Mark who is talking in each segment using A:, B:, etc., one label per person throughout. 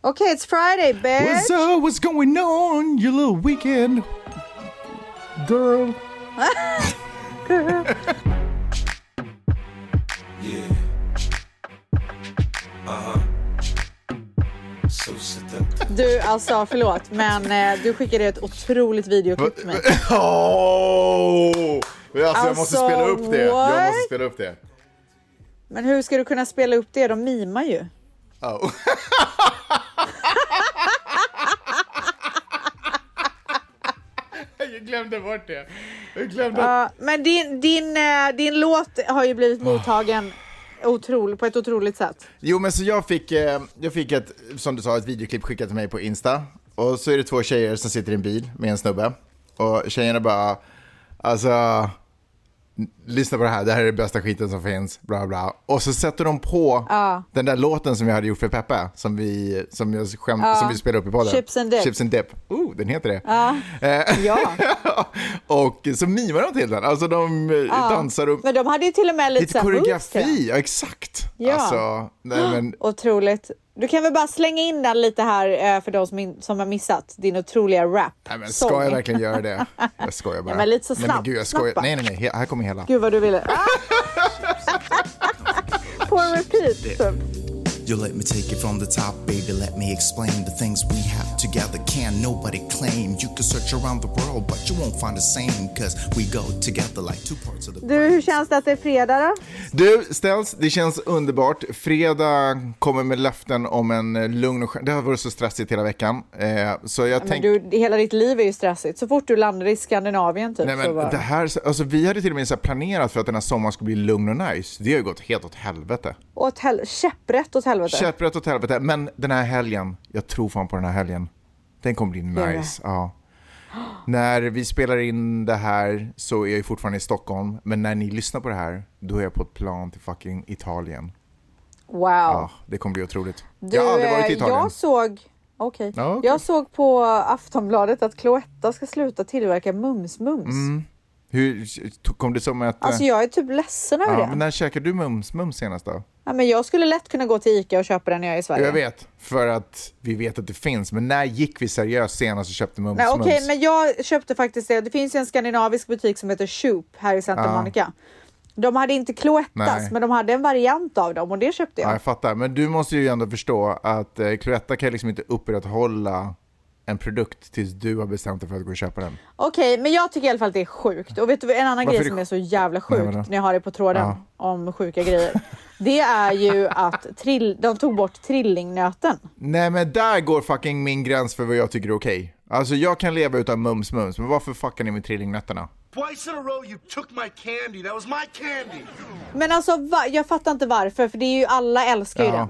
A: Okay, it's Friday, bitch.
B: What's up? What's going on? Your little weekend, girl.
C: Yeah. Uh-huh. So seductive.
A: Du, alltså förlåt, men eh, du skickade ett otroligt videoklipp till mig.
D: Oh! Alltså, jag måste
A: Alltså,
D: spela upp det. Jag
A: what?
D: måste spela upp det.
A: Men hur ska du kunna spela upp det? De mimar ju.
D: Oh. jag glömde bort det. Jag glömde.
A: Ja, men din, din, eh, din låt har ju blivit mottagen otroligt, på ett otroligt sätt.
D: Jo, men så jag fick, eh, jag fick ett, som du sa, ett videoklipp skickat till mig på Insta. Och så är det två tjejer som sitter i en bil med en snubbe. Och tjejerna bara, alltså, n- lyssna på det här, det här är det bästa skiten som finns, bla bla. Och så sätter de på den där låten som jag hade gjort för Peppe, som vi, som jag skäm, som vi spelade upp i podden.
A: Chips and dip.
D: Chips and dip. Oh, den heter det.
A: Ja.
D: och så mimar de till den, alltså de eh, dansar upp.
A: Men de hade ju till och med lite,
D: Lite
A: så här moves till den.
D: koreografi, ja exakt.
A: Ja.
D: Alltså, nej, men,
A: Otroligt. Du kan väl bara slänga in den lite här eh, för de som, in, som har missat din otroliga rap.
D: Nej, men ska jag verkligen göra det? Jag skojar bara.
A: Ja, men lite så
D: Nej, men
A: snabbt.
D: gud, jag
A: Snabbt
D: skojar.
A: bara.
D: Nej, nej, nej. He- Här kommer hela.
A: Gud vad du ville. Ah! På repeat typ.
C: You let me take it from the top, baby. Let me explain the things we have together. Can nobody claim? You can search around the world, but you won't find the same. Cause we go together like two parts of the
A: Du, hur känns det att det är fredag då?
D: Du, Ställs, det känns underbart. Fredag kommer med löften om en eh, lugn och skön... Det har varit så stressigt hela veckan. Eh, så jag
A: Men
D: tänkte...
A: du, hela ditt liv är ju stressigt. Så fort du landar i Skandinavien typ
D: Nej,
A: så
D: men
A: bara...
D: det här, alltså, vi hade till och med så här planerat för att den här sommaren skulle bli lugn och nice. Det har ju gått helt åt helvete.
A: Åt hel... Käpprätt åt helvete.
D: Käpprätt åt helvete. Men den här helgen, jag tror fan på den här helgen. Den kommer bli
A: Gör det.
D: nice. Ja. När vi spelar in det här så är jag ju fortfarande i Stockholm. Men när ni lyssnar på det här, då är jag på ett plan till fucking Italien.
A: Wow.
D: Ja, det kommer bli otroligt.
A: Du,
D: jag har aldrig varit i
A: eh,
D: Italien.
A: Jag såg... Okej.
D: Ja, okej.
A: Jag såg på Aftonbladet att Cloetta ska sluta tillverka mums-mums.
D: Hur, to- kom Mm, det som ett...
A: Alltså
D: eh,
A: jag är typ ledsen över
D: ja,
A: det.
D: men när käkade du mums-mums senast då?
A: Ja, men jag skulle lätt kunna gå till Ica och köpa den när jag är i Sverige.
D: Jag vet, för att vi vet att det finns. Men när gick vi seriöst senast och köpte mums-mums?
A: Nej, okej, men jag köpte faktiskt det. Det finns ju en skandinavisk butik som heter Shoop här i Santa Monica. De hade inte Cloettas,
D: Nej.
A: men de hade en variant av dem och det köpte jag.
D: Ja, jag fattar. Men du måste ju ändå förstå att eh, Cloetta kan liksom inte upprätthålla en produkt tills du har bestämt dig för att gå och köpa den.
A: Okej, men jag tycker i alla fall att det är sjukt. Och vet du en annan
D: Varför
A: grej
D: är det
A: som
D: sj-
A: är så jävla
D: Nej,
A: sjukt
D: vadå?
A: när jag har det på tråden
D: Ja.
A: om sjuka grejer? Det är ju att trill, de tog bort trillingnöten.
D: Nej men där går fucking min gräns för vad jag tycker är okej. Alltså jag kan leva utan mums-mums, men varför fuckar ni med trillingnötterna?
E: Twice in a row, you took my candy. That was my candy.
A: Men alltså va, jag fattar inte varför, för det är ju alla älskar ju
D: Ja.
A: den.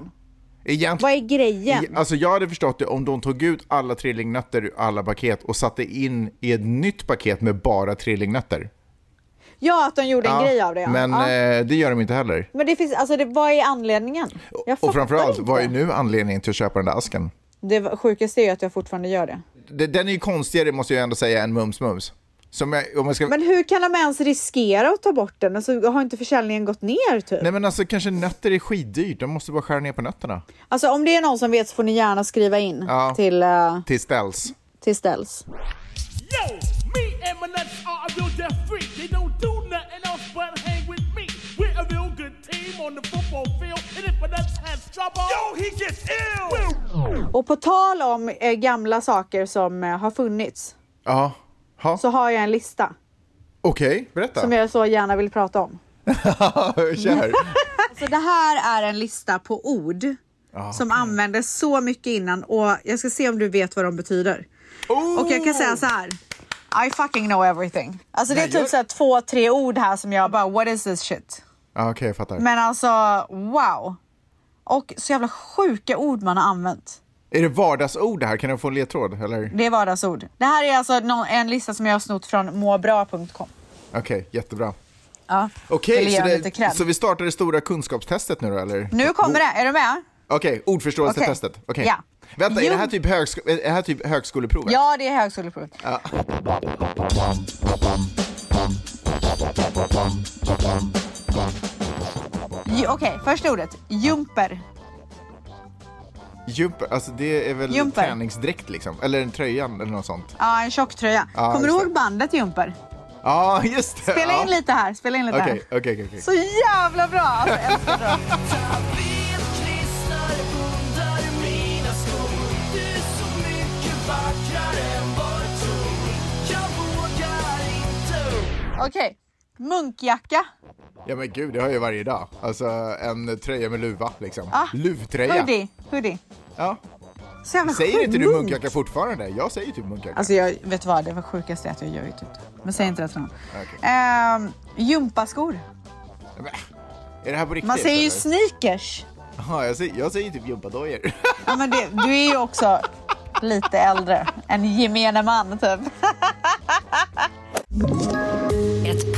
A: Vad
D: Egentligen...
A: är grejen?
D: Alltså jag hade förstått det om de tog ut alla trillingnötter ur alla paket och satte in i ett nytt paket med bara trillingnötter.
A: Ja, att de gjorde en
D: Ja,
A: grej av det. Ja.
D: Men
A: ja.
D: eh, det gör de inte heller.
A: Men det finns, alltså det, vad är anledningen? Jag fattar
D: Och framförallt,
A: inte.
D: vad är nu anledningen till att köpa den där asken?
A: Det var- sjukaste är ju att jag fortfarande gör det.
D: Det- Den är ju konstigare måste jag ändå säga än Mums Mums. Som jag, om jag ska...
A: Men hur kan de ens riskera att ta bort den? Alltså, har inte försäljningen gått ner typ?
D: Nej men alltså kanske nötter är skitdyrt, de måste bara skära ner på nötterna.
A: Alltså om det är någon som vet så får ni gärna skriva in
D: Ja.
A: till, eh,
D: Till ställs.
A: till ställs.
F: Yo, me and my nuts are a real death freak. They don't do nothing else but hang with me. We're a real good team on the football field. And if my nuts has trouble, yo, he gets ill.
A: Och på tal om eh, gamla saker som eh, har funnits
D: Ja. Ha.
A: så har jag en lista
D: Okej, berätta.
A: som jag så gärna vill prata om.
D: Kör.
A: Så det här är en lista på ord som användes så mycket innan och jag ska se om du vet vad de betyder. Och jag kan säga så här. I fucking know everything. Alltså det är
D: Nej,
A: typ
D: jag-
A: så här två, tre ord här som jag bara what is this shit?
D: Ja, Okej, jag fattar.
A: Men alltså wow. Och så jävla sjuka ord man har använt.
D: Är det vardagsord det här? Kan jag få en ledtråd? Eller?
A: Det är vardagsord. Det här är alltså nå- en lista som jag har snott från måbra.com.
D: Okej, jättebra.
A: Ja.
D: Okej,
A: Vill ge dem
D: så,
A: lite
D: det-
A: cred.
D: så vi startar det stora kunskapstestet nu då eller?
A: Nu kommer det, är du med?
D: Okej, ordförståelsetestet.
A: Okej.
D: Okej.
A: Ja.
D: Vänta, är
A: Jo.
D: det här typ, högsko- är det här typ högskoleprovet?
A: Ja, det är högskoleprovet. Ju- Okej, första ordet. Jumper.
D: Jumper, alltså det är väl
A: Jumper.
D: träningsdräkt liksom? Eller en tröjan eller något sånt.
A: Ja, en tjocktröja.
D: Ja,
A: Kommer du
D: just
A: ihåg bandet Jumper?
D: Ja, just det!
A: Spela
D: ja.
A: in lite här, spela in lite
D: Okej,
A: här.
D: okej, okej. okej.
A: Så jävla bra! Alltså, jag älskar det. Okej, munkjacka.
D: Ja men gud, det har jag ju varje dag. Alltså en tröja med luva liksom.
A: Ah,
D: Luvtröja.
A: Hoodie, hoodie.
D: Ja.
A: Så jävla
D: Säger inte du
A: sjukt.
D: munkjacka fortfarande? Jag säger typ munkjacka.
A: Alltså jag vet vad, det var sjukaste är att jag ljög typ. Men säg inte det till någon.
D: Ah,
A: Ehm, gympaskor.
D: Men, är det här på riktigt?
A: Man säger ju
D: eller?
A: sneakers.
D: Ja, jag säger, jag säger typ gympadojor.
A: Ja, men det, du är ju också lite äldre än gemene man typ.
G: Ett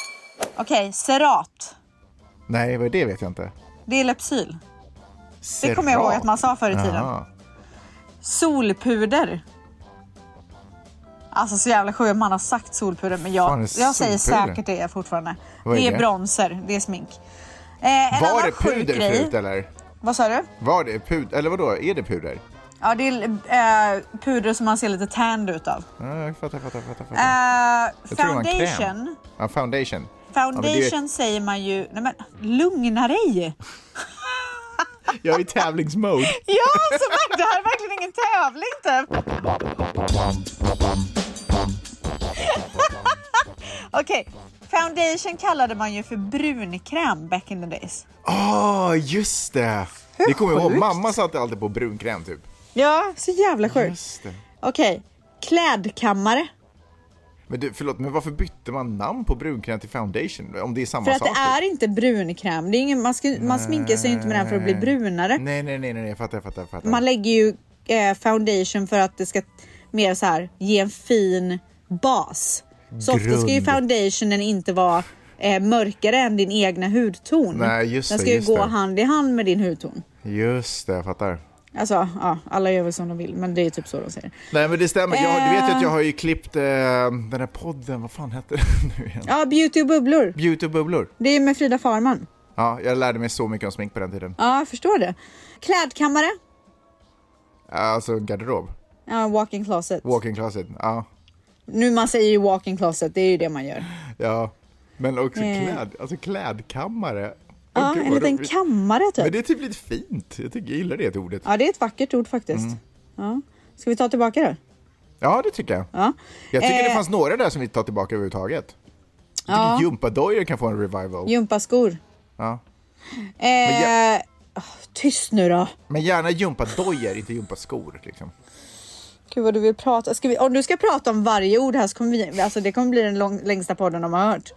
A: Okej, Cerat.
D: Nej, vad är det vet jag inte.
A: Det är Lypsyl. Det kommer jag ihåg att man sa förr i tiden.
D: Jaha.
A: Solpuder. Alltså så jävla sjukt att man har sagt solpuder men jag,
D: Fan, det är
A: jag säger
D: solpuder.
A: säkert det fortfarande.
D: Vad är
A: det är
D: det?
A: bronzer, det är smink. Eh, en
D: Var
A: annan
D: det
A: sjuk
D: puder
A: grej-
D: förut eller?
A: Vad sa du?
D: Var det puder? Eller vadå, är det puder?
A: Ja, det är eh, puder som man ser lite tanned ut av.
D: Ja, jag fattar, fattar, fattar. fattar.
A: Eh,
D: jag tror det var en kräm.
A: foundation.
D: Ja, foundation. Ja,
A: Foundation
D: men
A: säger man ju... Nej men, lugna dig!
D: det- jag är i tävlingsmode.
A: Ja, så verkligen, det här är verkligen ingen tävling typ. Okej, foundation kallade man ju för brunkräm back in the days.
D: Ah, just det! det kommer jag ihåg.
A: sjukt?
D: Mamma satte alltid på brunkräm typ.
A: Ja, så jävla sjukt.
D: Just det.
A: Okej, klädkammare.
D: Men du, förlåt, men varför bytte man namn på brunkräm till foundation? Om det är samma
A: För att
D: sak? typ?
A: det är inte brunkräm. Det är ingen, man, ska, man sminkar sig ju inte med den för att bli brunare.
D: Nej, nej, nej, nej, jag fattar, jag fattar. Jag fattar.
A: Man lägger ju eh, foundation för att det ska mer så här ge en fin bas. Så ofta ska ju
D: Grund.
A: foundationen inte vara eh, mörkare än din egna hudton.
D: Nej, just
A: Den
D: det,
A: ska ju
D: just
A: gå
D: det.
A: hand i hand med din hudton.
D: Just det, jag fattar.
A: Alltså, ja, alla gör väl som de vill, men det är typ så de säger.
D: Nej, men det stämmer. Jag, du vet ju att jag
A: Eh.
D: har ju klippt eh, den här podden, vad fan hette den nu igen?
A: Ja, beauty och bubblor.
D: Beauty och bubblor.
A: Det är med Frida Farman.
D: Ja, jag lärde mig så mycket om smink på den tiden.
A: Ja, jag förstår det. Klädkammare.
D: Alltså en garderob.
A: Ja, walking closet.
D: Walk-in closet. Ja,
A: Nu man säger ju walking closet, det är ju det man gör.
D: ja. Men också
A: Eh.
D: kläd, alltså klädkammare. Åh,
A: Ja,
D: gud,
A: en
D: vad
A: liten
D: roligt.
A: kammare typ.
D: Men det är typ lite fint. Jag tycker jag gillar det ordet.
A: Ja, det är ett vackert ord faktiskt.
D: Mm.
A: Ja. Ska vi ta tillbaka det?
D: Ja, det tycker jag.
A: Ja.
D: Jag tycker det
A: Eh.
D: fanns några där som vi tar tillbaka överhuvudtaget. Jag tycker gympadojor kan få en revival.
A: Gympaskor.
D: Ja.
A: Eh, åh, Tyst nu då.
D: Men gärna gympadojor, inte gympaskor. Liksom.
A: Gud vad du vill prata. Ska vi, om du ska prata om varje ord här så kommer vi, alltså det kommer bli den lång, längsta podden de har hört.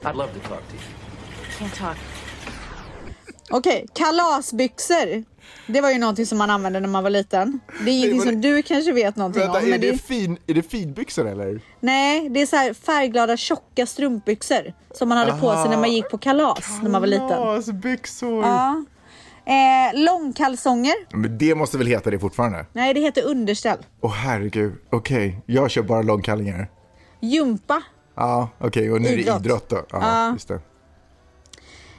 A: Okej, kalasbyxor. Det var ju någonting som man använde när man var liten. Det är ingenting
D: men-
A: som du kanske vet någonting
D: Vänta,
A: om.
D: är
A: Men
D: det,
A: det,
D: fin, är det finbyxor eller?
A: nej, det är så här färgglada tjocka strumpbyxor som man hade på sig när man gick på kalas när man var liten.
D: alltså, Kalasbyxor!
A: Eh, långkalsonger.
D: Men det måste väl heta det fortfarande?
A: Nej, det heter underställ.
D: Åh herregud, okej. Jag kör bara långkallingar.
A: Jumpa.
D: Ja, okej. Och nu är
A: Idrott.
D: det idrott då. Ja, just det.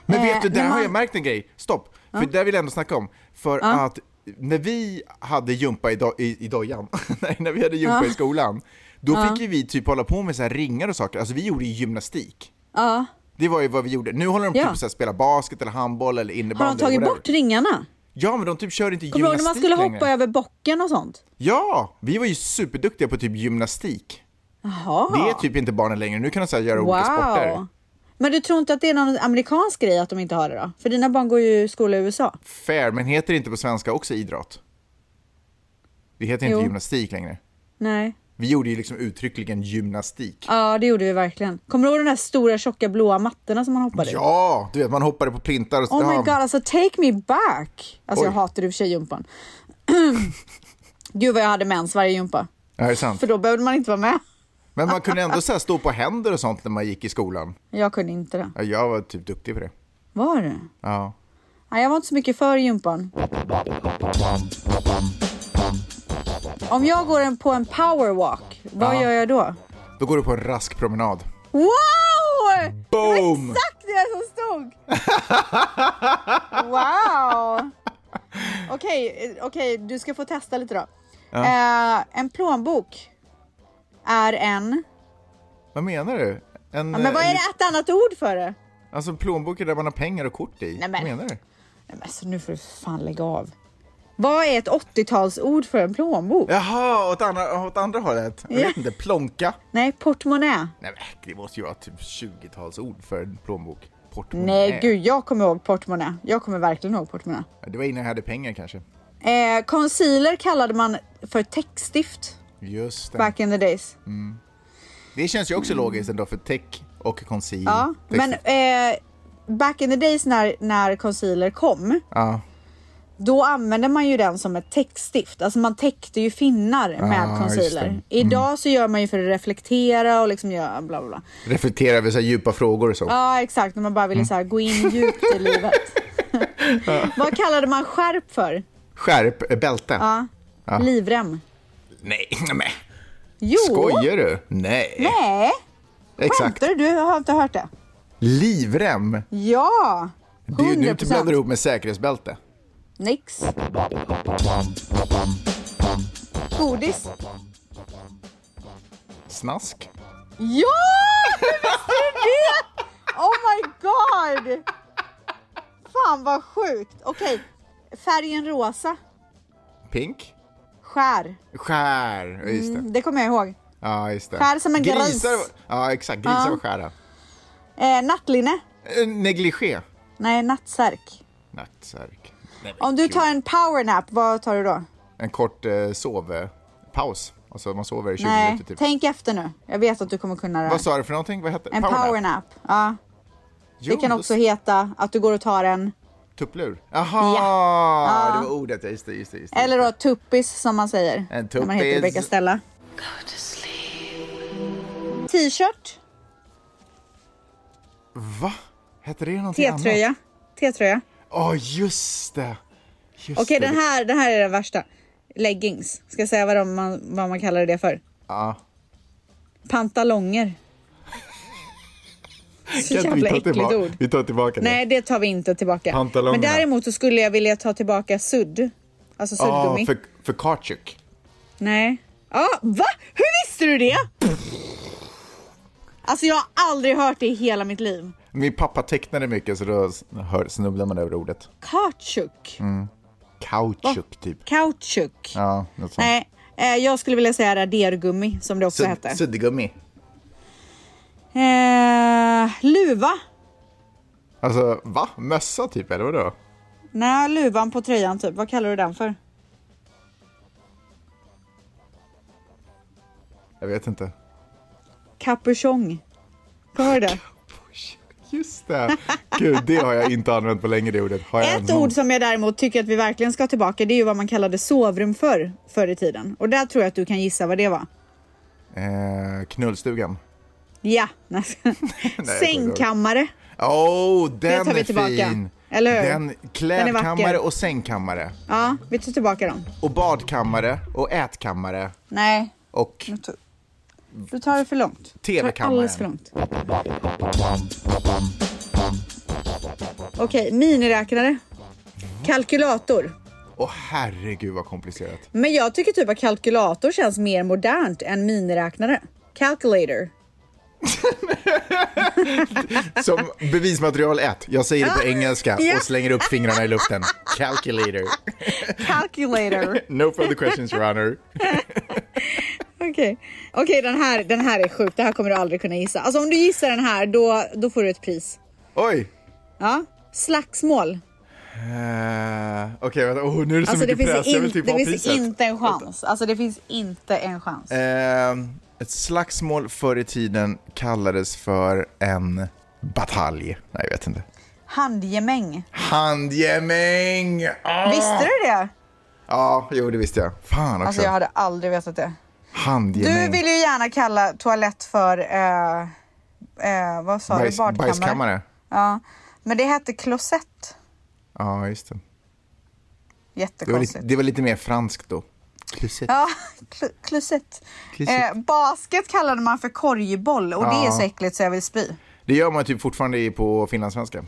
D: Men
A: Eh,
D: vet du, där
A: när
D: har
A: man-
D: jag märkt en grej. Stopp. För där vill jag ändå snacka om. För att när vi hade gympa i, do, i, i dojan, nej, när vi hade gympa i skolan, då fick ju vi typ hålla på med så här ringar och saker. Alltså vi gjorde ju gymnastik.
A: Ja.
D: Det var ju vad vi gjorde. Nu håller de
A: Ja.
D: typ så här, spela basket eller handboll eller innebandy.
A: Har de tagit
D: eller whatever.
A: bort ringarna?
D: Ja, men de typ kör inte
A: Kommer du ihåg
D: gymnastik
A: när man skulle hoppa
D: längre.
A: över bocken och sånt?
D: Ja, vi var ju superduktiga på typ gymnastik.
A: Jaha.
D: Det är typ inte barnen längre. Nu kan de så här göra
A: wow.
D: olika sporter.
A: Men du tror inte att det är någon amerikansk grej att de inte har det då? För dina barn går ju i skola i USA.
D: Fair, men heter det inte på svenska också idrott? Det heter
A: Jo.
D: inte gymnastik längre.
A: Nej.
D: Vi gjorde ju liksom uttryckligen gymnastik.
A: Ja, det gjorde vi verkligen. Kommer du ihåg de där stora tjocka blåa mattorna som man hoppade i?
D: Ja, du vet man hoppade på plintar och så.
A: Oh my
D: ja.
A: god, alltså take me back. Alltså jag
D: Oj.
A: hatar i och för sig gympan. Gud vad jag hade mens varje gympa.
D: Ja, det är sant.
A: För då behövde man inte vara med.
D: Men man kunde ändå så här stå på händer och sånt när man gick i skolan.
A: Jag kunde inte det.
D: Ja, Jag var typ duktig på det.
A: Var du?
D: Ja.
A: Nej, jag var inte så mycket för gympan. Om jag går en- på en powerwalk, vad
D: Ja.
A: gör jag då?
D: Då går du på en rask promenad.
A: Wow!
D: Boom!
A: Exakt det som stod! Wow! Okej, eh, okej, du ska få testa lite då. Eh, en plånbok är en...
D: Vad menar du? En,
A: Ja, men vad är
D: en,
A: det ett annat ord för det?
D: Alltså en plånbok är där man har pengar och kort i.
A: men-
D: Vad menar du?
A: Nej, men alltså, nu får du fan lägga av. Vad är ett 80-talsord för en plånbok?
D: Jaha, åt andra, åt andra hållet. Jag
A: Ja.
D: vet inte, plonka.
A: Nej, portmonnä.
D: Nej, men det måste ju vara typ 20-talsord för en plånbok. Portmonnaie.
A: Nej, gud, jag kommer ihåg portmonnä. Jag kommer verkligen ihåg portmonnä.
D: Ja, Det var innan jag hade pengar kanske.
A: Eh, concealer kallade man för täckstift
D: Just det.
A: back in the days.
D: Mm. Det känns ju också logiskt ändå för tech och conceal.
A: Ja, men eh, back in the days när, när concealer kom,
D: Ja.
A: då använde man ju den som ett täckstift. Alltså man täckte ju finnar med
D: Ah, just
A: concealer.
D: det. Mm.
A: Idag så gör man ju för att reflektera och liksom göra bla bla bla.
D: Reflektera över så här djupa frågor och så.
A: Ja, exakt. När man bara ville
D: Mm.
A: så här, gå in djupt i livet. Vad kallade man skärp för?
D: Skärp, eh, bälte.
A: Ja. Livrem.
D: Nej, nej men.
A: Jo!
D: Skojar du? Nej.
A: Nej,
D: Exakt.
A: skämtar du? Du har inte hört det.
D: Livrem.
A: Ja!
D: Det är ju nu du
A: 100%.
D: blandar ihop med säkerhetsbälte.
A: Nix. Godis.
D: Snask.
A: Ja! Hur visste du det? Oh my god! Fan vad sjukt. Okej, färgen rosa.
D: Pink.
A: Skär.
D: Skär. Ja, Just det.
A: Det kommer jag ihåg.
D: Ja, just det.
A: Mm. Skär som en gris.
D: Grisar- Ja, exakt. Grisar var skära.
A: Eh, nattlinne.
D: Eh, Negligé.
A: Nej, nattsärk.
D: Nattsärk.
A: Om du tar en powernap, vad tar du då?
D: En kort eh, sovpaus. Alltså man sover i 20
A: Nej,
D: minuter typ.
A: tänk efter nu. Jag vet att du kommer kunna det här.
D: Vad sa du för någonting? Vad hette
A: En
D: Powernap.
A: powernap. Ja.
D: Jo,
A: Det kan
D: då-
A: också heta att du går och tar en
D: Tupplur? Jaha! Det var ordet, ja, just det. Just det, just det.
A: Eller då tuppis som man säger.
D: En
A: När man heter
D: tuppis.
A: Rebecca Stella. T-shirt,
D: Va? Hette det någonting annat?
A: T-tröja. T-tröja.
D: Ja, just det! Just
A: Okej,
D: det.
A: den, här, den här är den värsta. Leggings. Ska jag säga vad, de, man, vad man kallar det för?
D: Ja.
A: Pantalonger. Så
D: Kan inte vi
A: jävla
D: ta
A: äckligt
D: tillbaka-
A: ord.
D: Vi tar tillbaka det.
A: Nej, det tar vi inte tillbaka.
D: Pantalongerna.
A: Men däremot så skulle jag vilja ta tillbaka sudd. Alltså
D: Ja,
A: suddgummi.
D: för, för Kartjuk.
A: Nej. Ja, va? Hur visste du det? Alltså jag har aldrig hört det i hela mitt liv.
D: Min pappa tecknade mycket så då hör, snubblar man över ordet.
A: Kautschuk.
D: Kautjuk, typ.
A: Kautschuk.
D: Ja, något sånt.
A: Nej, eh, jag skulle vilja säga radergummi som det också
D: Sud-
A: hette.
D: Suddgummi.
A: Eh, luva.
D: Alltså, va? Mössa typ, eller vadå?
A: Nej, luvan på tröjan typ. Vad kallar du den för?
D: Jag vet inte.
A: Kapuschong. Hör det?
D: Just det! Gud, det har jag inte använt på länge, det ordet. Har jag
A: Ett
D: använt?
A: ord som jag däremot tycker att vi verkligen ska tillbaka det är ju vad man kallade sovrum förr, förr i tiden. Och där tror jag att du kan gissa vad det var.
D: Eh, knullstugan.
A: Ja, nej. sängkammare.
D: Åh, den
A: tar vi
D: är
A: tillbaka.
D: fin!
A: Eller hur? Den
D: Den,
A: är
D: klädkammare
A: vacker.
D: och sängkammare.
A: Ja, vi tar tillbaka dem.
D: Och badkammare och ätkammare.
A: Nej,
D: Och
A: nu tar- du tar det för långt. Du tar det
D: TV-kammaren.
A: Alldeles för långt. Okej, miniräknare. Kalkylator.
D: åh herregud vad komplicerat.
A: Men jag tycker typ att kalkylator känns mer modernt än miniräknare. Calculator.
D: Som bevismaterial ett. Jag säger det på engelska
A: Ah, Ja.
D: och slänger upp fingrarna i luften. Calculator.
A: Calculator.
D: No further questions your honor.
A: Okej, Okej, den, här, den här är sjuk. Det här kommer du aldrig kunna gissa. Alltså om du gissar den här då, då får du ett pris.
D: Oj!
A: Ja, slagsmål.
D: Eh, Okej, vänta. Åh, nu är det så
A: Alltså det
D: mycket
A: finns,
D: press. Jag
A: in,
D: vill typ
A: det
D: ha
A: finns
D: priset.
A: inte en chans. Alltså det finns inte en chans.
D: Eh, ett slagsmål förr i tiden kallades för en batalj. Nej, jag vet inte.
A: Handgemäng.
D: Handgemäng! Ah!
A: Visste du det?
D: Ja, jo det visste jag. Fan också.
A: Alltså jag hade aldrig vetat det. Du
D: Handgemäng.
A: vill ju gärna kalla toalett för, eh, eh, vad sa
D: Bajs,
A: du, badkammare?
D: bajskammare.
A: Ja. Men det hette klosett.
D: Ja, just det. Det var,
A: Jättekonstigt.
D: lite, det var lite mer franskt då. Klysigt.
A: Ja, kl- klosett.
D: Klysigt.
A: Eh, basket kallade man för korgboll och det är så äckligt så jag vill spy.
D: Det gör man typ fortfarande i- på finlandssvenska.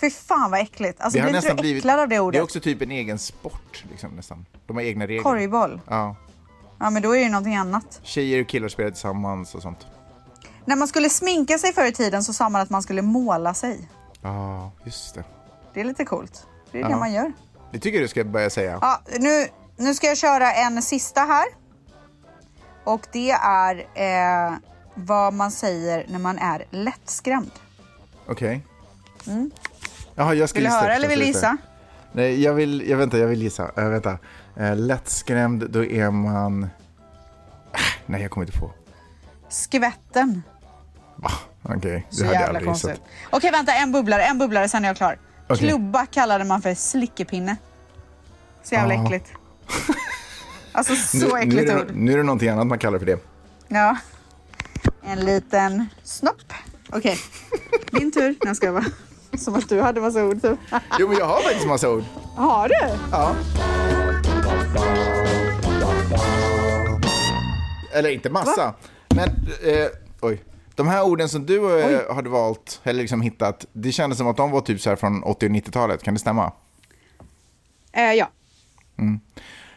A: Fy fan vad äckligt. Alltså,
D: Det
A: blir inte du äcklad av det ordet?
D: Det är också typ en egen sport liksom nästan. De har egna regler.
A: Korgboll.
D: Ja.
A: Ja, men då är det ju någonting annat.
D: Tjejer och killar spelar tillsammans och sånt.
A: När man skulle sminka sig förr i tiden så sa man att man skulle måla sig.
D: Ja, just det.
A: Det är lite coolt. Det är det man gör.
D: Det tycker jag du ska börja säga.
A: Ja, nu, nu ska jag köra en sista här. Och det är eh, vad man säger när man är lättskrämd.
D: Okej. Jaha, jag ska
A: Mm. Vill du
D: gissa
A: höra eller
D: förstås
A: vill du
D: lite.
A: gissa?
D: Nej, jag vill, jag vänta, jag vill gissa. Äh, vänta. Eh, lättskrämd, då är man... Ah, Nej, jag kommer inte på. Ah,
A: Skvätten.
D: Okej,
A: Så
D: det hade jag
A: jävla
D: aldrig
A: konstigt.
D: gissat.
A: Okej, vänta. En bubblare, en bubblare, sen är jag klar.
D: Okej.
A: Klubba kallade man för slickepinne. Så jävla
D: Ja.
A: äckligt. Alltså så
D: nu, nu, är
A: äckligt
D: det,
A: ord.
D: nu är det någonting annat man kallar för det.
A: Ja. En liten snopp. Okej, din tur. När ska jag vara. Som att du hade massa ord. typ.
D: Jo, men jag har faktiskt massa ord.
A: Har du?
D: Eller inte massa, men... Eh, oj. De här orden som du eh, hade valt, eller liksom hittat, det kändes som att de var typ så här från 80 och 90-talet. Kan det stämma?
A: Eh, ja.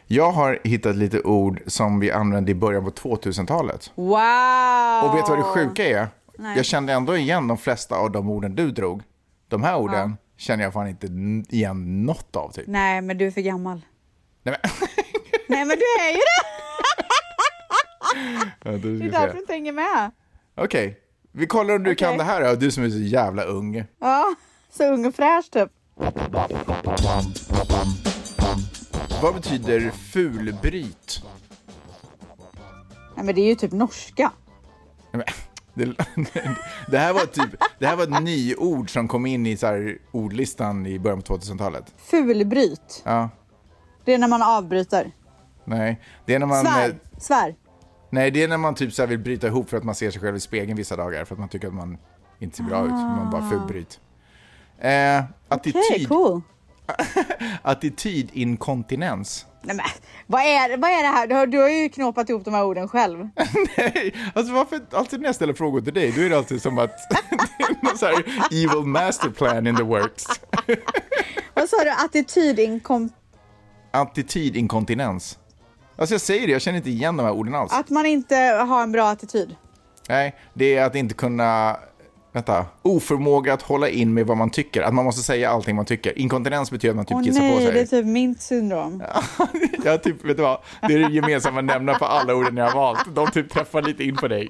D: Jag har hittat lite ord som vi använde i början på 2000-talet.
A: Wow!
D: Och vet du vad det sjuka är?
A: Nej.
D: Jag kände ändå igen de flesta av de orden du drog. De här orden känner jag fan inte n- igen något av typ.
A: Nej, men du är för gammal.
D: Nej,
A: Nej, men du är ju det!
D: men... Vänta, nu
A: Det
D: ska vi
A: är
D: se.
A: därför du inte hänger med.
D: Okej, vi kollar om du kan
A: Okej.
D: det här då, du som är så jävla ung.
A: Ja, så ung och fräsch typ.
D: Vad betyder fulbryt?
A: Nej, men det är ju typ norska.
D: Nej, men, Det, det, här var typ, det här var ett nyord som kom in i så här ordlistan i början på 2000-talet.
A: Fulbryt.
D: Ja,
A: Det är när man avbryter.
D: nej. Det är när man...
A: Svär,
D: eh,
A: svär.
D: Nej, det är när man typ så här vill bryta ihop för att man ser sig själv i spegeln vissa dagar för att man tycker att man inte ser bra ut. Man bara fulbryt. Eh, attityd,
A: Ah. Okej, cool.
D: attitydinkontinens.
A: Nej, men, vad, är, vad är det här? Du har, du har ju knåpat ihop de här orden själv.
D: Nej, alltså varför, alltid när jag ställer frågor till dig, då är det alltid som att det är någon så här evil masterplan in the works.
A: Vad sa du? Attitydinkom...
D: Attitydinkontinens. Alltså jag säger det, jag känner inte igen de här orden alls.
A: Att man inte har en bra attityd.
D: Typ Nej, det är att inte kunna... Vänta. Oförmåga att hålla in med vad man tycker. Att man måste säga allting man tycker. Inkontinens betyder att man typ
A: Åh
D: kissar på
A: nej,
D: sig.
A: det är typ mitt syndrom.
D: Jag typ, vet du vad? Det är det gemensamma nämnaren för alla orden jag har valt. De typ träffar lite in på dig.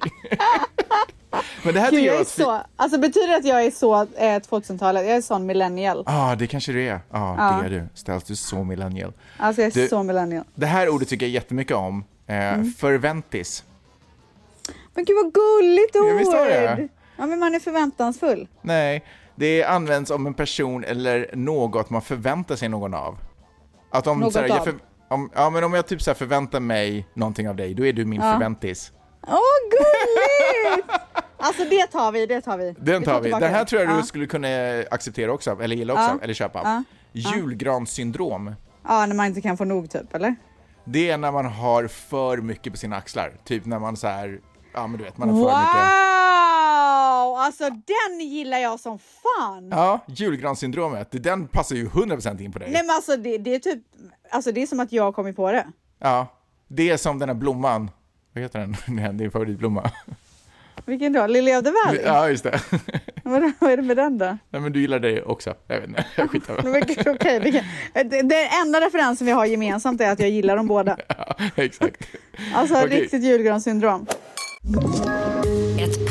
D: Men det här
A: Gud,
D: tycker jag
A: jag är
D: att... fi-
A: så, alltså betyder det att jag är så eh, 2000-talet? Jag är sån millennial.
D: Ja, ah, det kanske du är. Ja, det är du. Ställs du så millennial.
A: Alltså jag är
D: Du-
A: så millennial.
D: Det här ordet tycker jag jättemycket om. Eh,
A: Mm.
D: Förväntis.
A: Men gud vad gulligt ord!
D: Ja, visst var det?
A: Ja, men man är förväntansfull.
D: Nej, det används om en person eller något man förväntar sig någon av. Att om,
A: Något
D: så här, jag
A: av.
D: För, om, ja, men om jag typ så här förväntar mig någonting av dig, då är du min förväntis.
A: Åh, gulligt! alltså det tar vi, det tar vi.
D: Den tar vi.
A: tillbaka
D: Den här tror jag du
A: Ja,
D: skulle kunna acceptera också, eller gilla också, eller köpa. Julgranssyndrom.
A: ja när man inte kan få nog typ, eller?
D: Det är när man har för mycket på sina axlar. Typ när man så här, ja men du vet, man har för
A: Wow!
D: mycket.
A: Alltså den gillar jag som fan!
D: Ja, julgranssyndromet. Det- Den passar ju 100% in på dig.
A: Nej men alltså det, det är typ, alltså det är som att jag har kommit på det.
D: Ja, det är som den här blomman. Vad heter den? Nej, det är favoritblomma.
A: Vilken då? Lily of the Valley?
D: Ja, just det.
A: Vad, vad är det med den då?
D: Nej, men du gillar det också. Jag vet inte, jag skitar
A: Men gud, okej, vilken- det- Den enda referensen vi har gemensamt är att jag gillar dem båda.
D: ja, Exakt.
A: Alltså
D: Okej.
A: riktigt julgranssyndrom.
G: Ett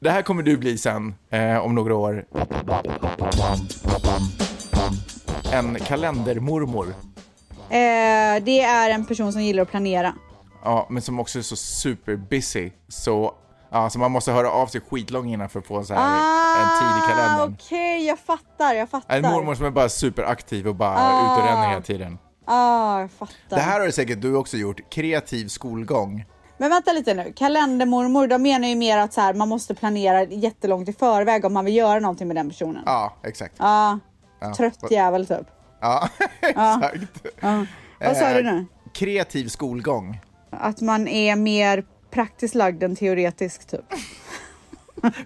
B: Det här kommer du bli sen, eh, om några år. En kalendermormor.
A: Eh, det är en person som gillar att planera.
B: Ja, men som också är så superbusy. Så, ja, så man måste höra av sig skitlångt innan för att få en, så här, en tid i kalendern.
A: Ah, Okej, jag fattar, jag fattar.
B: En mormor som är bara superaktiv och bara ut och ränner hela tiden.
A: Ah, jag fattar.
D: Det här har säkert du också gjort. Kreativ skolgång.
A: Men vänta lite nu, kalendermormor, de menar ju mer att så här, man måste planera jättelångt i förväg om man vill göra någonting med den personen.
D: Ja, exakt.
A: Ja, trött jävel typ.
D: Ja, exakt.
A: Ah. Vad sa
D: Eh,
A: du nu?
D: Kreativ skolgång.
A: Att man är mer praktiskt lagd än teoretisk typ.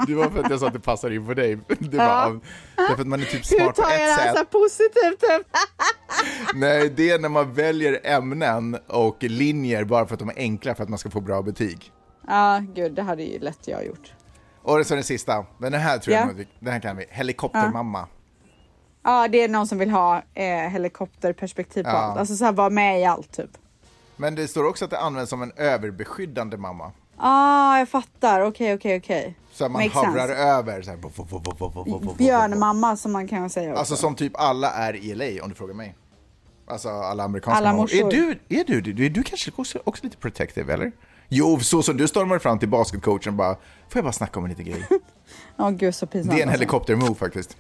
D: Det var för att jag sa att det passar in på dig. Det var av- därför att man är typ
A: Hur
D: smart på
A: tar jag det
D: ett
A: här
D: sätt.
A: så här positivt? Typ?
D: Nej, det är när man väljer ämnen och linjer bara för att de är enkla för att man ska få bra betyg.
A: Ja, gud, det hade ju lätt jag gjort.
D: Och så den sista, den här tror jag
A: Ja.
D: nog vi- den här kan vi. Helikoptermamma.
A: Ja, det är någon som vill ha eh, helikopterperspektiv på
D: Ja.
A: allt. Alltså så här, vara med i allt typ.
D: Men det står också att det används som en överbeskyddande mamma.
A: Ah, jag fattar. Okej, okej, okej.
D: Så att man
A: Makes
D: havrar
A: sense.
D: över. Så här, bo, bo, bo, bo, bo, bo, bo, bo, bo.
A: Björnmamma som man kan säga. också.
D: Alltså som typ alla är i LA om du frågar mig. Alltså alla amerikanska
A: Alla
D: mammor.
A: morsor.
D: Är du, är du, du, du kanske också, också lite protective eller? Jo, så som du stormar fram till basketcoachen bara, får jag bara snacka om en liten grej?
A: Åh gud så pinsamt.
D: Det är en
A: alltså.
D: helikoptermove faktiskt.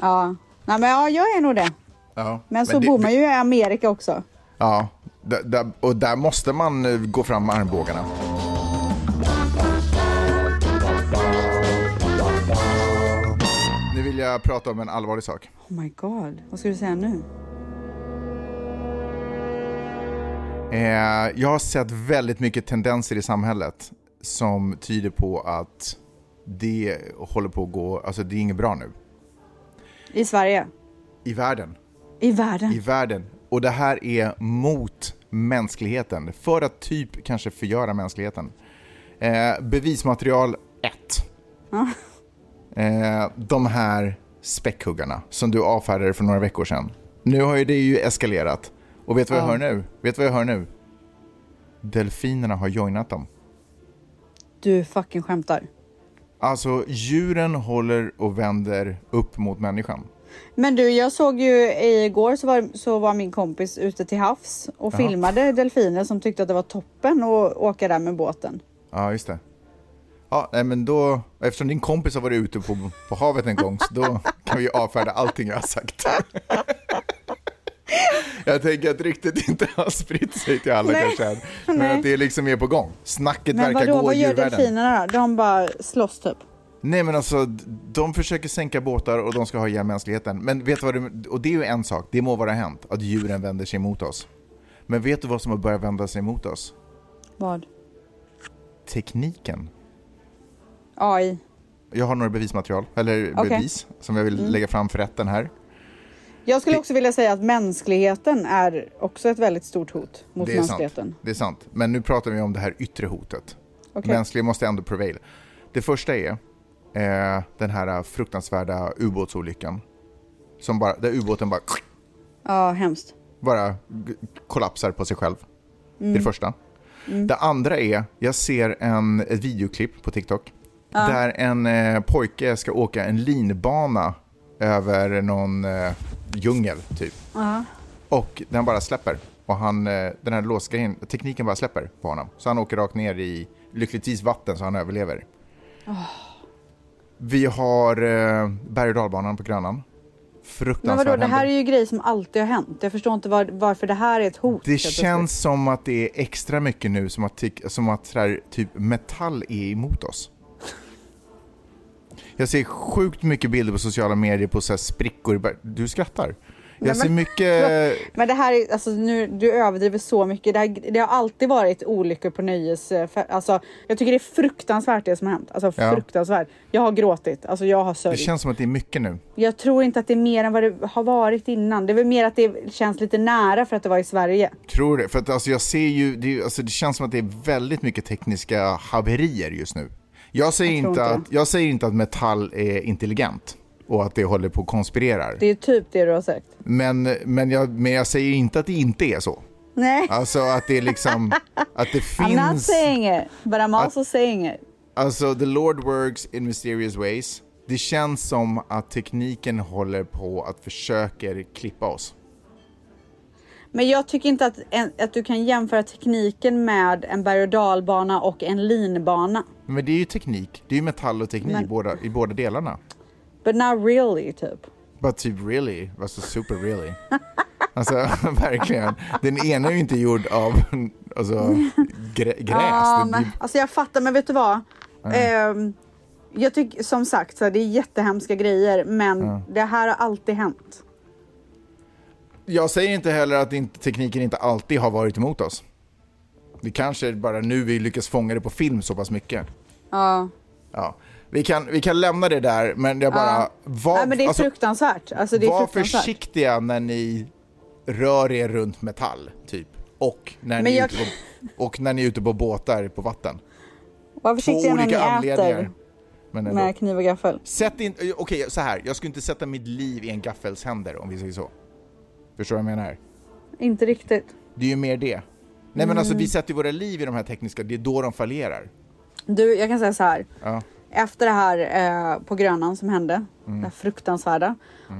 A: Ja. Nej men ja, jag är nog det.
D: Ja.
A: Men så bor man ju i Amerika också.
D: Ja, där, där, och där måste man eh, gå fram med armbågarna. Nu vill jag prata om en allvarlig sak.
A: Oh my god. Vad ska du säga nu?
D: Eh, jag har sett väldigt mycket tendenser i samhället som tyder på att det håller på att gå, alltså det är inget bra nu.
A: I Sverige.
D: I världen.
A: I världen.
D: i världen. Och det här är mot mänskligheten, för att typ kanske förgöra mänskligheten. Eh, bevismaterial 1. Eh, de här späckhuggarna som du avfärdade för några veckor sedan. Nu har ju det ju eskalerat. Och vet du vad jag hör nu? Vet du vad jag hör nu? Delfinerna har joinat dem.
A: Du fucking skämtar.
D: Alltså djuren håller och vänder upp mot människan.
A: Men du, jag såg ju igår så var, så var min kompis ute till havs och filmade delfiner som tyckte att det var toppen att åka där med båten.
D: Ja, just det. Ja, nej, men då, eftersom din kompis har varit ute på, på havet en gång, så då kan vi ju avfärda allting jag har sagt. Jag tänker att ryktet inte har spritt sig till alla
A: Nej.
D: kanske än, men
A: Nej.
D: att det liksom är på gång. Snacket
A: Men
D: verkar
A: vadå,
D: gå
A: vad
D: i
A: gör
D: djurvärlden.
A: delfinerna då? De bara slåss typ.
D: Nej men alltså, d- de försöker sänka båtar och de ska ha ihjäl mänskligheten. Men vet du vad det, och det är ju en sak, det må vara hänt, att djuren vänder sig mot oss. Men vet du vad som har börjat vända sig mot oss?
A: Vad?
D: Tekniken.
A: AI.
D: Jag har några bevismaterial, eller
A: Okej. Mm.
D: bevis, som jag vill lägga fram för rätten här.
A: Jag skulle också vilja säga att mänskligheten är också ett väldigt stort hot mot
D: Det är, sant.
A: mänskligheten.
D: det är sant. Men nu pratar vi om det här yttre hotet.
A: Okej.
D: Mänskliga måste ändå prevail. Det första är eh, den här fruktansvärda ubåtsolyckan. Som bara, där ubåten bara,
A: Ja, hemskt.
D: bara g- kollapsar på sig själv. Det är
A: Mm.
D: det första. Det andra är, jag ser en, ett videoklipp på TikTok. Där en eh, pojke ska åka en linbana över någon eh, djungel typ. Och den bara släpper. Och han, eh, den här låsgrejen, tekniken bara släpper på honom. Så han åker rakt ner i, lyckligtvis vatten så han överlever. Vi har eh, berg och dalbanan på Grönan.
A: Men
D: Fruktansvärd
A: vadå, det här
D: händelse.
A: är ju grejer som alltid har hänt. Jag förstår inte var, varför det här är ett hot.
D: Det
A: helt plötsligt.
D: känns som att det är extra mycket nu som att, tyck- som att så här, typ metall är emot oss. Jag ser sjukt mycket bilder på sociala medier på så här sprickor. i berg- Du skrattar. Jag ser mycket...
A: Men det här är, alltså nu, du överdriver så mycket. Det, här, det har alltid varit olyckor på nöjes... eh, fä- Alltså, jag tycker det är fruktansvärt det som har hänt. Alltså
D: Ja.
A: fruktansvärt. Jag har gråtit, alltså jag har
D: Det
A: sörjt.
D: känns som att det är mycket nu.
A: Jag tror inte att det är mer än vad det har varit innan. Det är väl mer att det känns lite nära för att det var i Sverige.
D: Tror det? För att alltså, jag ser ju, det, är ju- alltså, det känns som att det är väldigt mycket tekniska haverier just nu. Jag säger,
A: Jag tror
D: inte
A: inte
D: att, jag säger inte att metall är intelligent. och att det håller på och konspirerar.
A: Det är typ det du har sagt.
D: Men, men, jag, men jag säger inte att det inte är så.
A: Nej,
D: Alltså att det är liksom, att det
A: I'm not
D: finns,
A: saying it, but I'm also saying it.
D: alltså the Lord works in mysterious ways. Det känns som att tekniken håller på att försöker klippa oss.
A: Men jag tycker inte att, en, att du kan jämföra tekniken med en berg och dalbana och en linbana.
D: Men det är ju teknik, det är ju metall och teknik
A: Men-
D: i båda, i båda delarna.
A: But not really, typ.
D: But typ really, alltså super really. Alltså verkligen. Den ena är ju inte gjord av alltså, grä, gräs.
A: Ja,
D: Den-
A: men, alltså jag fattar, men vet du vad? Ehm, jag tycker som sagt, så här, det är jättehemska grejer, men det här har alltid hänt.
D: Jag säger inte heller att inte, tekniken inte alltid har varit emot oss. Det kanske är bara nu vi lyckas fånga det på film så pass mycket.
A: Ja.
D: Ja. Vi, kan, vi kan lämna det där, men jag bara... Var,
A: Nej, men det är
D: alltså,
A: fruktansvärt. Alltså, det är
D: var
A: fruktansvärt.
D: försiktiga när ni rör er runt metall, typ. Och när,
A: Men
D: ni, är
A: jag-
D: ute på, och när ni är ute på båtar på vatten.
A: Var
D: Två
A: försiktiga när ni
D: olika anledningar.
A: äter
D: Men ändå.
A: med kniv och gaffel.
D: Sätt in, okej så här. jag skulle inte sätta mitt liv i en gaffels händer om vi säger så. Förstår du vad jag menar?
A: Inte riktigt.
D: Det är ju mer det. Nej men alltså vi sätter ju våra liv i de här tekniska, det är då de fallerar.
A: Du, jag kan säga så här.
D: Ja.
A: Efter det här eh, på Grönan som hände,
D: Mm.
A: det här fruktansvärda.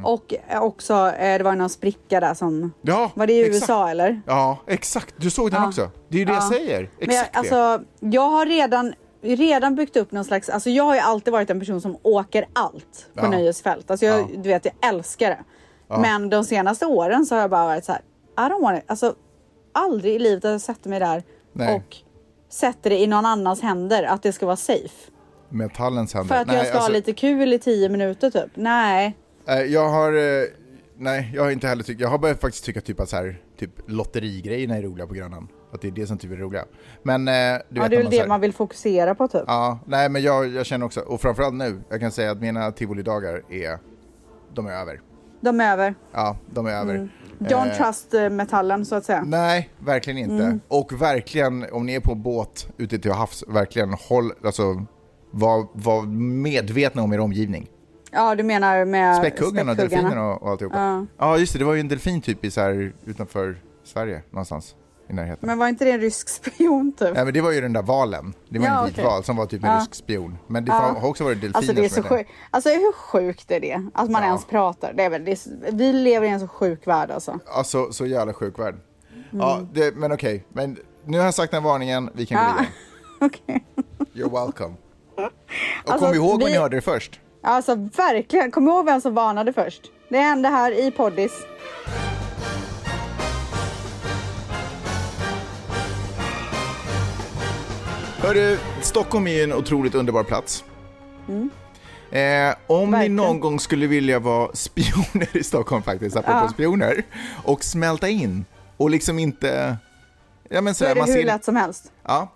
A: Och eh, också, eh, det var någon spricka där som...
D: Ja,
A: var det i
D: exakt.
A: USA eller?
D: Ja, exakt. Du såg den också. Det är ju det jag säger.
A: Men jag,
D: Exakt det.
A: alltså, jag har redan, redan byggt upp någon slags... Alltså jag har ju alltid varit en person som åker allt på
D: Ja.
A: nöjesfält. Alltså jag, du vet, jag älskar det. Men de senaste åren så har jag bara varit så här... I don't want it. Alltså, aldrig i livet har jag satt mig där
D: Nej.
A: och sätter det i någon annans händer att det ska vara safe.
D: Metallens händer.
A: För att jag ska ha
D: alltså,
A: lite kul i tio minuter typ. Nej.
D: eh, Jag har, eh, nej jag har inte heller tyckt, jag har börjat faktiskt tycka typ att så här, typ lotterigrejerna är roliga på Grönan. Att det är det som typ är roliga. Men eh, du vet
A: Ja, det
D: när
A: är
D: man
A: väl
D: så
A: det
D: här-
A: man vill fokusera på typ.
D: Ja, nej men jag, jag känner också, och framförallt nu, jag kan säga att mina tivolidagar är, de är över.
A: De är över.
D: Ja, de är över.
A: Mm. Don't trust eh, metallen så att säga.
D: Nej, verkligen inte.
A: Mm.
D: Och verkligen, om ni är på båt ute till havs, verkligen håll, alltså, var, var medvetna om er omgivning.
A: Ja, du menar med
D: Späckhuggarna och
A: späckhuggarna.
D: delfinerna och, och alltihopa. Ja.
A: Ja.
D: just det, det var ju en delfin typ i så här, utanför Sverige någonstans i närheten.
A: Men var inte det en rysk spion typ?
D: Nej men det var ju den där valen, det var
A: Ja,
D: en vit
A: okej.
D: val som var typ en rysk spion. Men det har också varit delfiner
A: Alltså det är
D: som
A: så
D: den.
A: sjukt. Alltså hur sjukt är det? Att man
D: Ja.
A: ens pratar. Det är väl, det är, så- vi lever i en så sjuk värld alltså.
D: Ja, så, så jävla sjuk värld.
A: Mm.
D: Ja, det, men okej, men nu har jag sagt den varningen, vi kan gå
A: Ja.
D: vidare.
A: Okej.
D: You're welcome. Och
A: Alltså,
D: kom ihåg var
A: vi-
D: ni hörde det först.
A: Alltså verkligen. Kom ihåg vem som varnade först. Det hände här i Poddis.
D: Hörru, Stockholm är ju en otroligt underbar plats. Eh, om
A: Mm. Verkligen.
D: ni någon gång skulle vilja vara spioner i Stockholm faktiskt, apropå spioner, och smälta in och liksom inte... Ja, men
A: Då
D: sådär,
A: är det
D: man
A: hur
D: ser,
A: lätt som helst.
D: ja,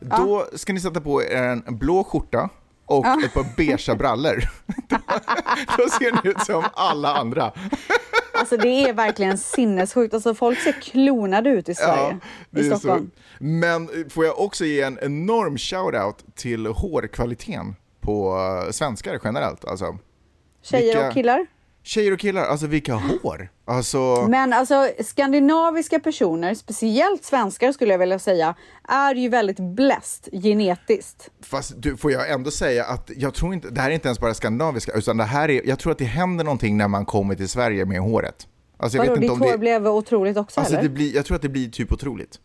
D: då ska ni sätta på er en blå skjorta och ett par beigea brallor. då, då ser ni ut som alla andra.
A: Alltså det är verkligen sinnessjukt. Alltså folk ser klonade ut i Sverige.
D: det
A: I
D: är så.
A: Stockholm.
D: Men eh, får jag också ge en enorm shout-out till hårkvaliteten på eh, svenskar generellt. Alltså,
A: Tjejer
D: Vilka-
A: och killar.
D: tjejer och killar, alltså vilka hår! Alltså,
A: Men alltså skandinaviska personer, speciellt svenskar skulle jag vilja säga, är ju väldigt blessed genetiskt.
D: fast du, får jag ändå säga att jag tror inte, det här är inte ens bara skandinaviska, utan det här är, jag tror att det händer någonting när man kommer till Sverige med håret. Alltså, jag
A: Vadå,
D: vet inte
A: ditt
D: om
A: hår
D: det,
A: blev otroligt också
D: alltså,
A: eller?
D: det blir, jag tror att det blir typ otroligt.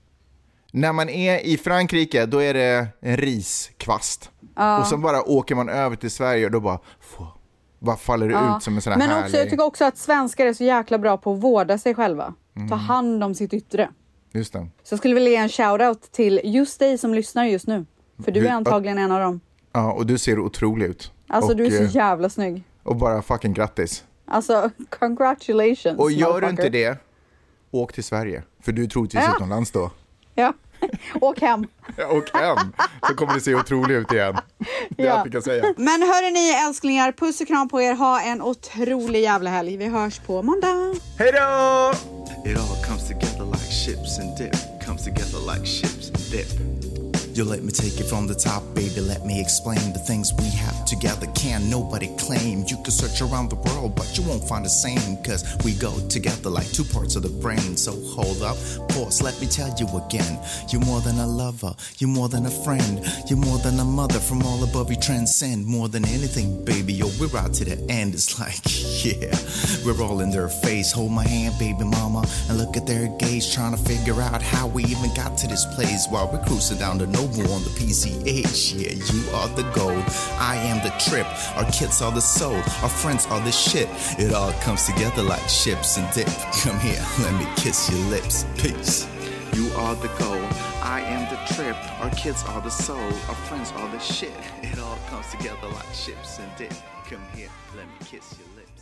D: När man är i Frankrike, då är det en riskvast. Och sen bara åker man över till Sverige och då bara, få, bara faller det
A: Ja.
D: ut som en sån här
A: Men
D: härlig...
A: också, jag tycker också att svenskar är så jäkla bra på att vårda sig själva.
D: Mm.
A: Ta hand om sitt yttre.
D: Just det.
A: Så jag skulle vilja ge en shoutout till just dig som lyssnar just nu. För du
D: Hur-
A: är antagligen en av dem.
D: Ja, och du ser otrolig ut.
A: Alltså
D: och,
A: du är
D: eh,
A: så jävla snygg.
D: och bara fucking grattis.
A: Alltså congratulations
D: Och gör du
A: motherfucker.
D: inte det, åk till Sverige. För du är troligtvis
A: Ja.
D: utomlands då.
A: Ja. Åk hem.
D: Åk hem, så kommer du se otrolig ut igen. Det är
A: Ja.
D: allt vi kan säga.
A: Men hörni ni älsklingar, puss och kram på er. Ha en otrolig jävla helg. Vi hörs på måndag.
D: Hej då!
C: It all comes together like ships and dip, comes together like ships and dip.
D: You let me take it from the top, baby. Let me explain the things we have together. Can nobody claim? You can search around the world, but you won't find the same. Cause we go together like two parts of the brain. So hold up, pause, let me tell you again. You're more than a lover, you're more than a friend, you're more than a mother. From all above, you transcend more than anything, baby. Yo, we're out to the end. It's like, yeah, we're all in their face. Hold my hand, baby mama, and look at their gaze, trying to figure out how we even got to this place while we're cruising down the Novo on the PCH. Yeah, you are the gold, I am the trip. Our kids are the soul, our friends are the shit. It all comes together like ships and dip. Come here, let me kiss your lips. Peace. You are the goal. I am the trip. Our kids are the soul. Our friends are the shit. It all comes together like ships and dip. Come here, let me kiss your lips.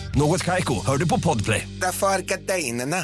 H: Något Kaiko, hör du på Podplay.
I: Därför arkadeinerna.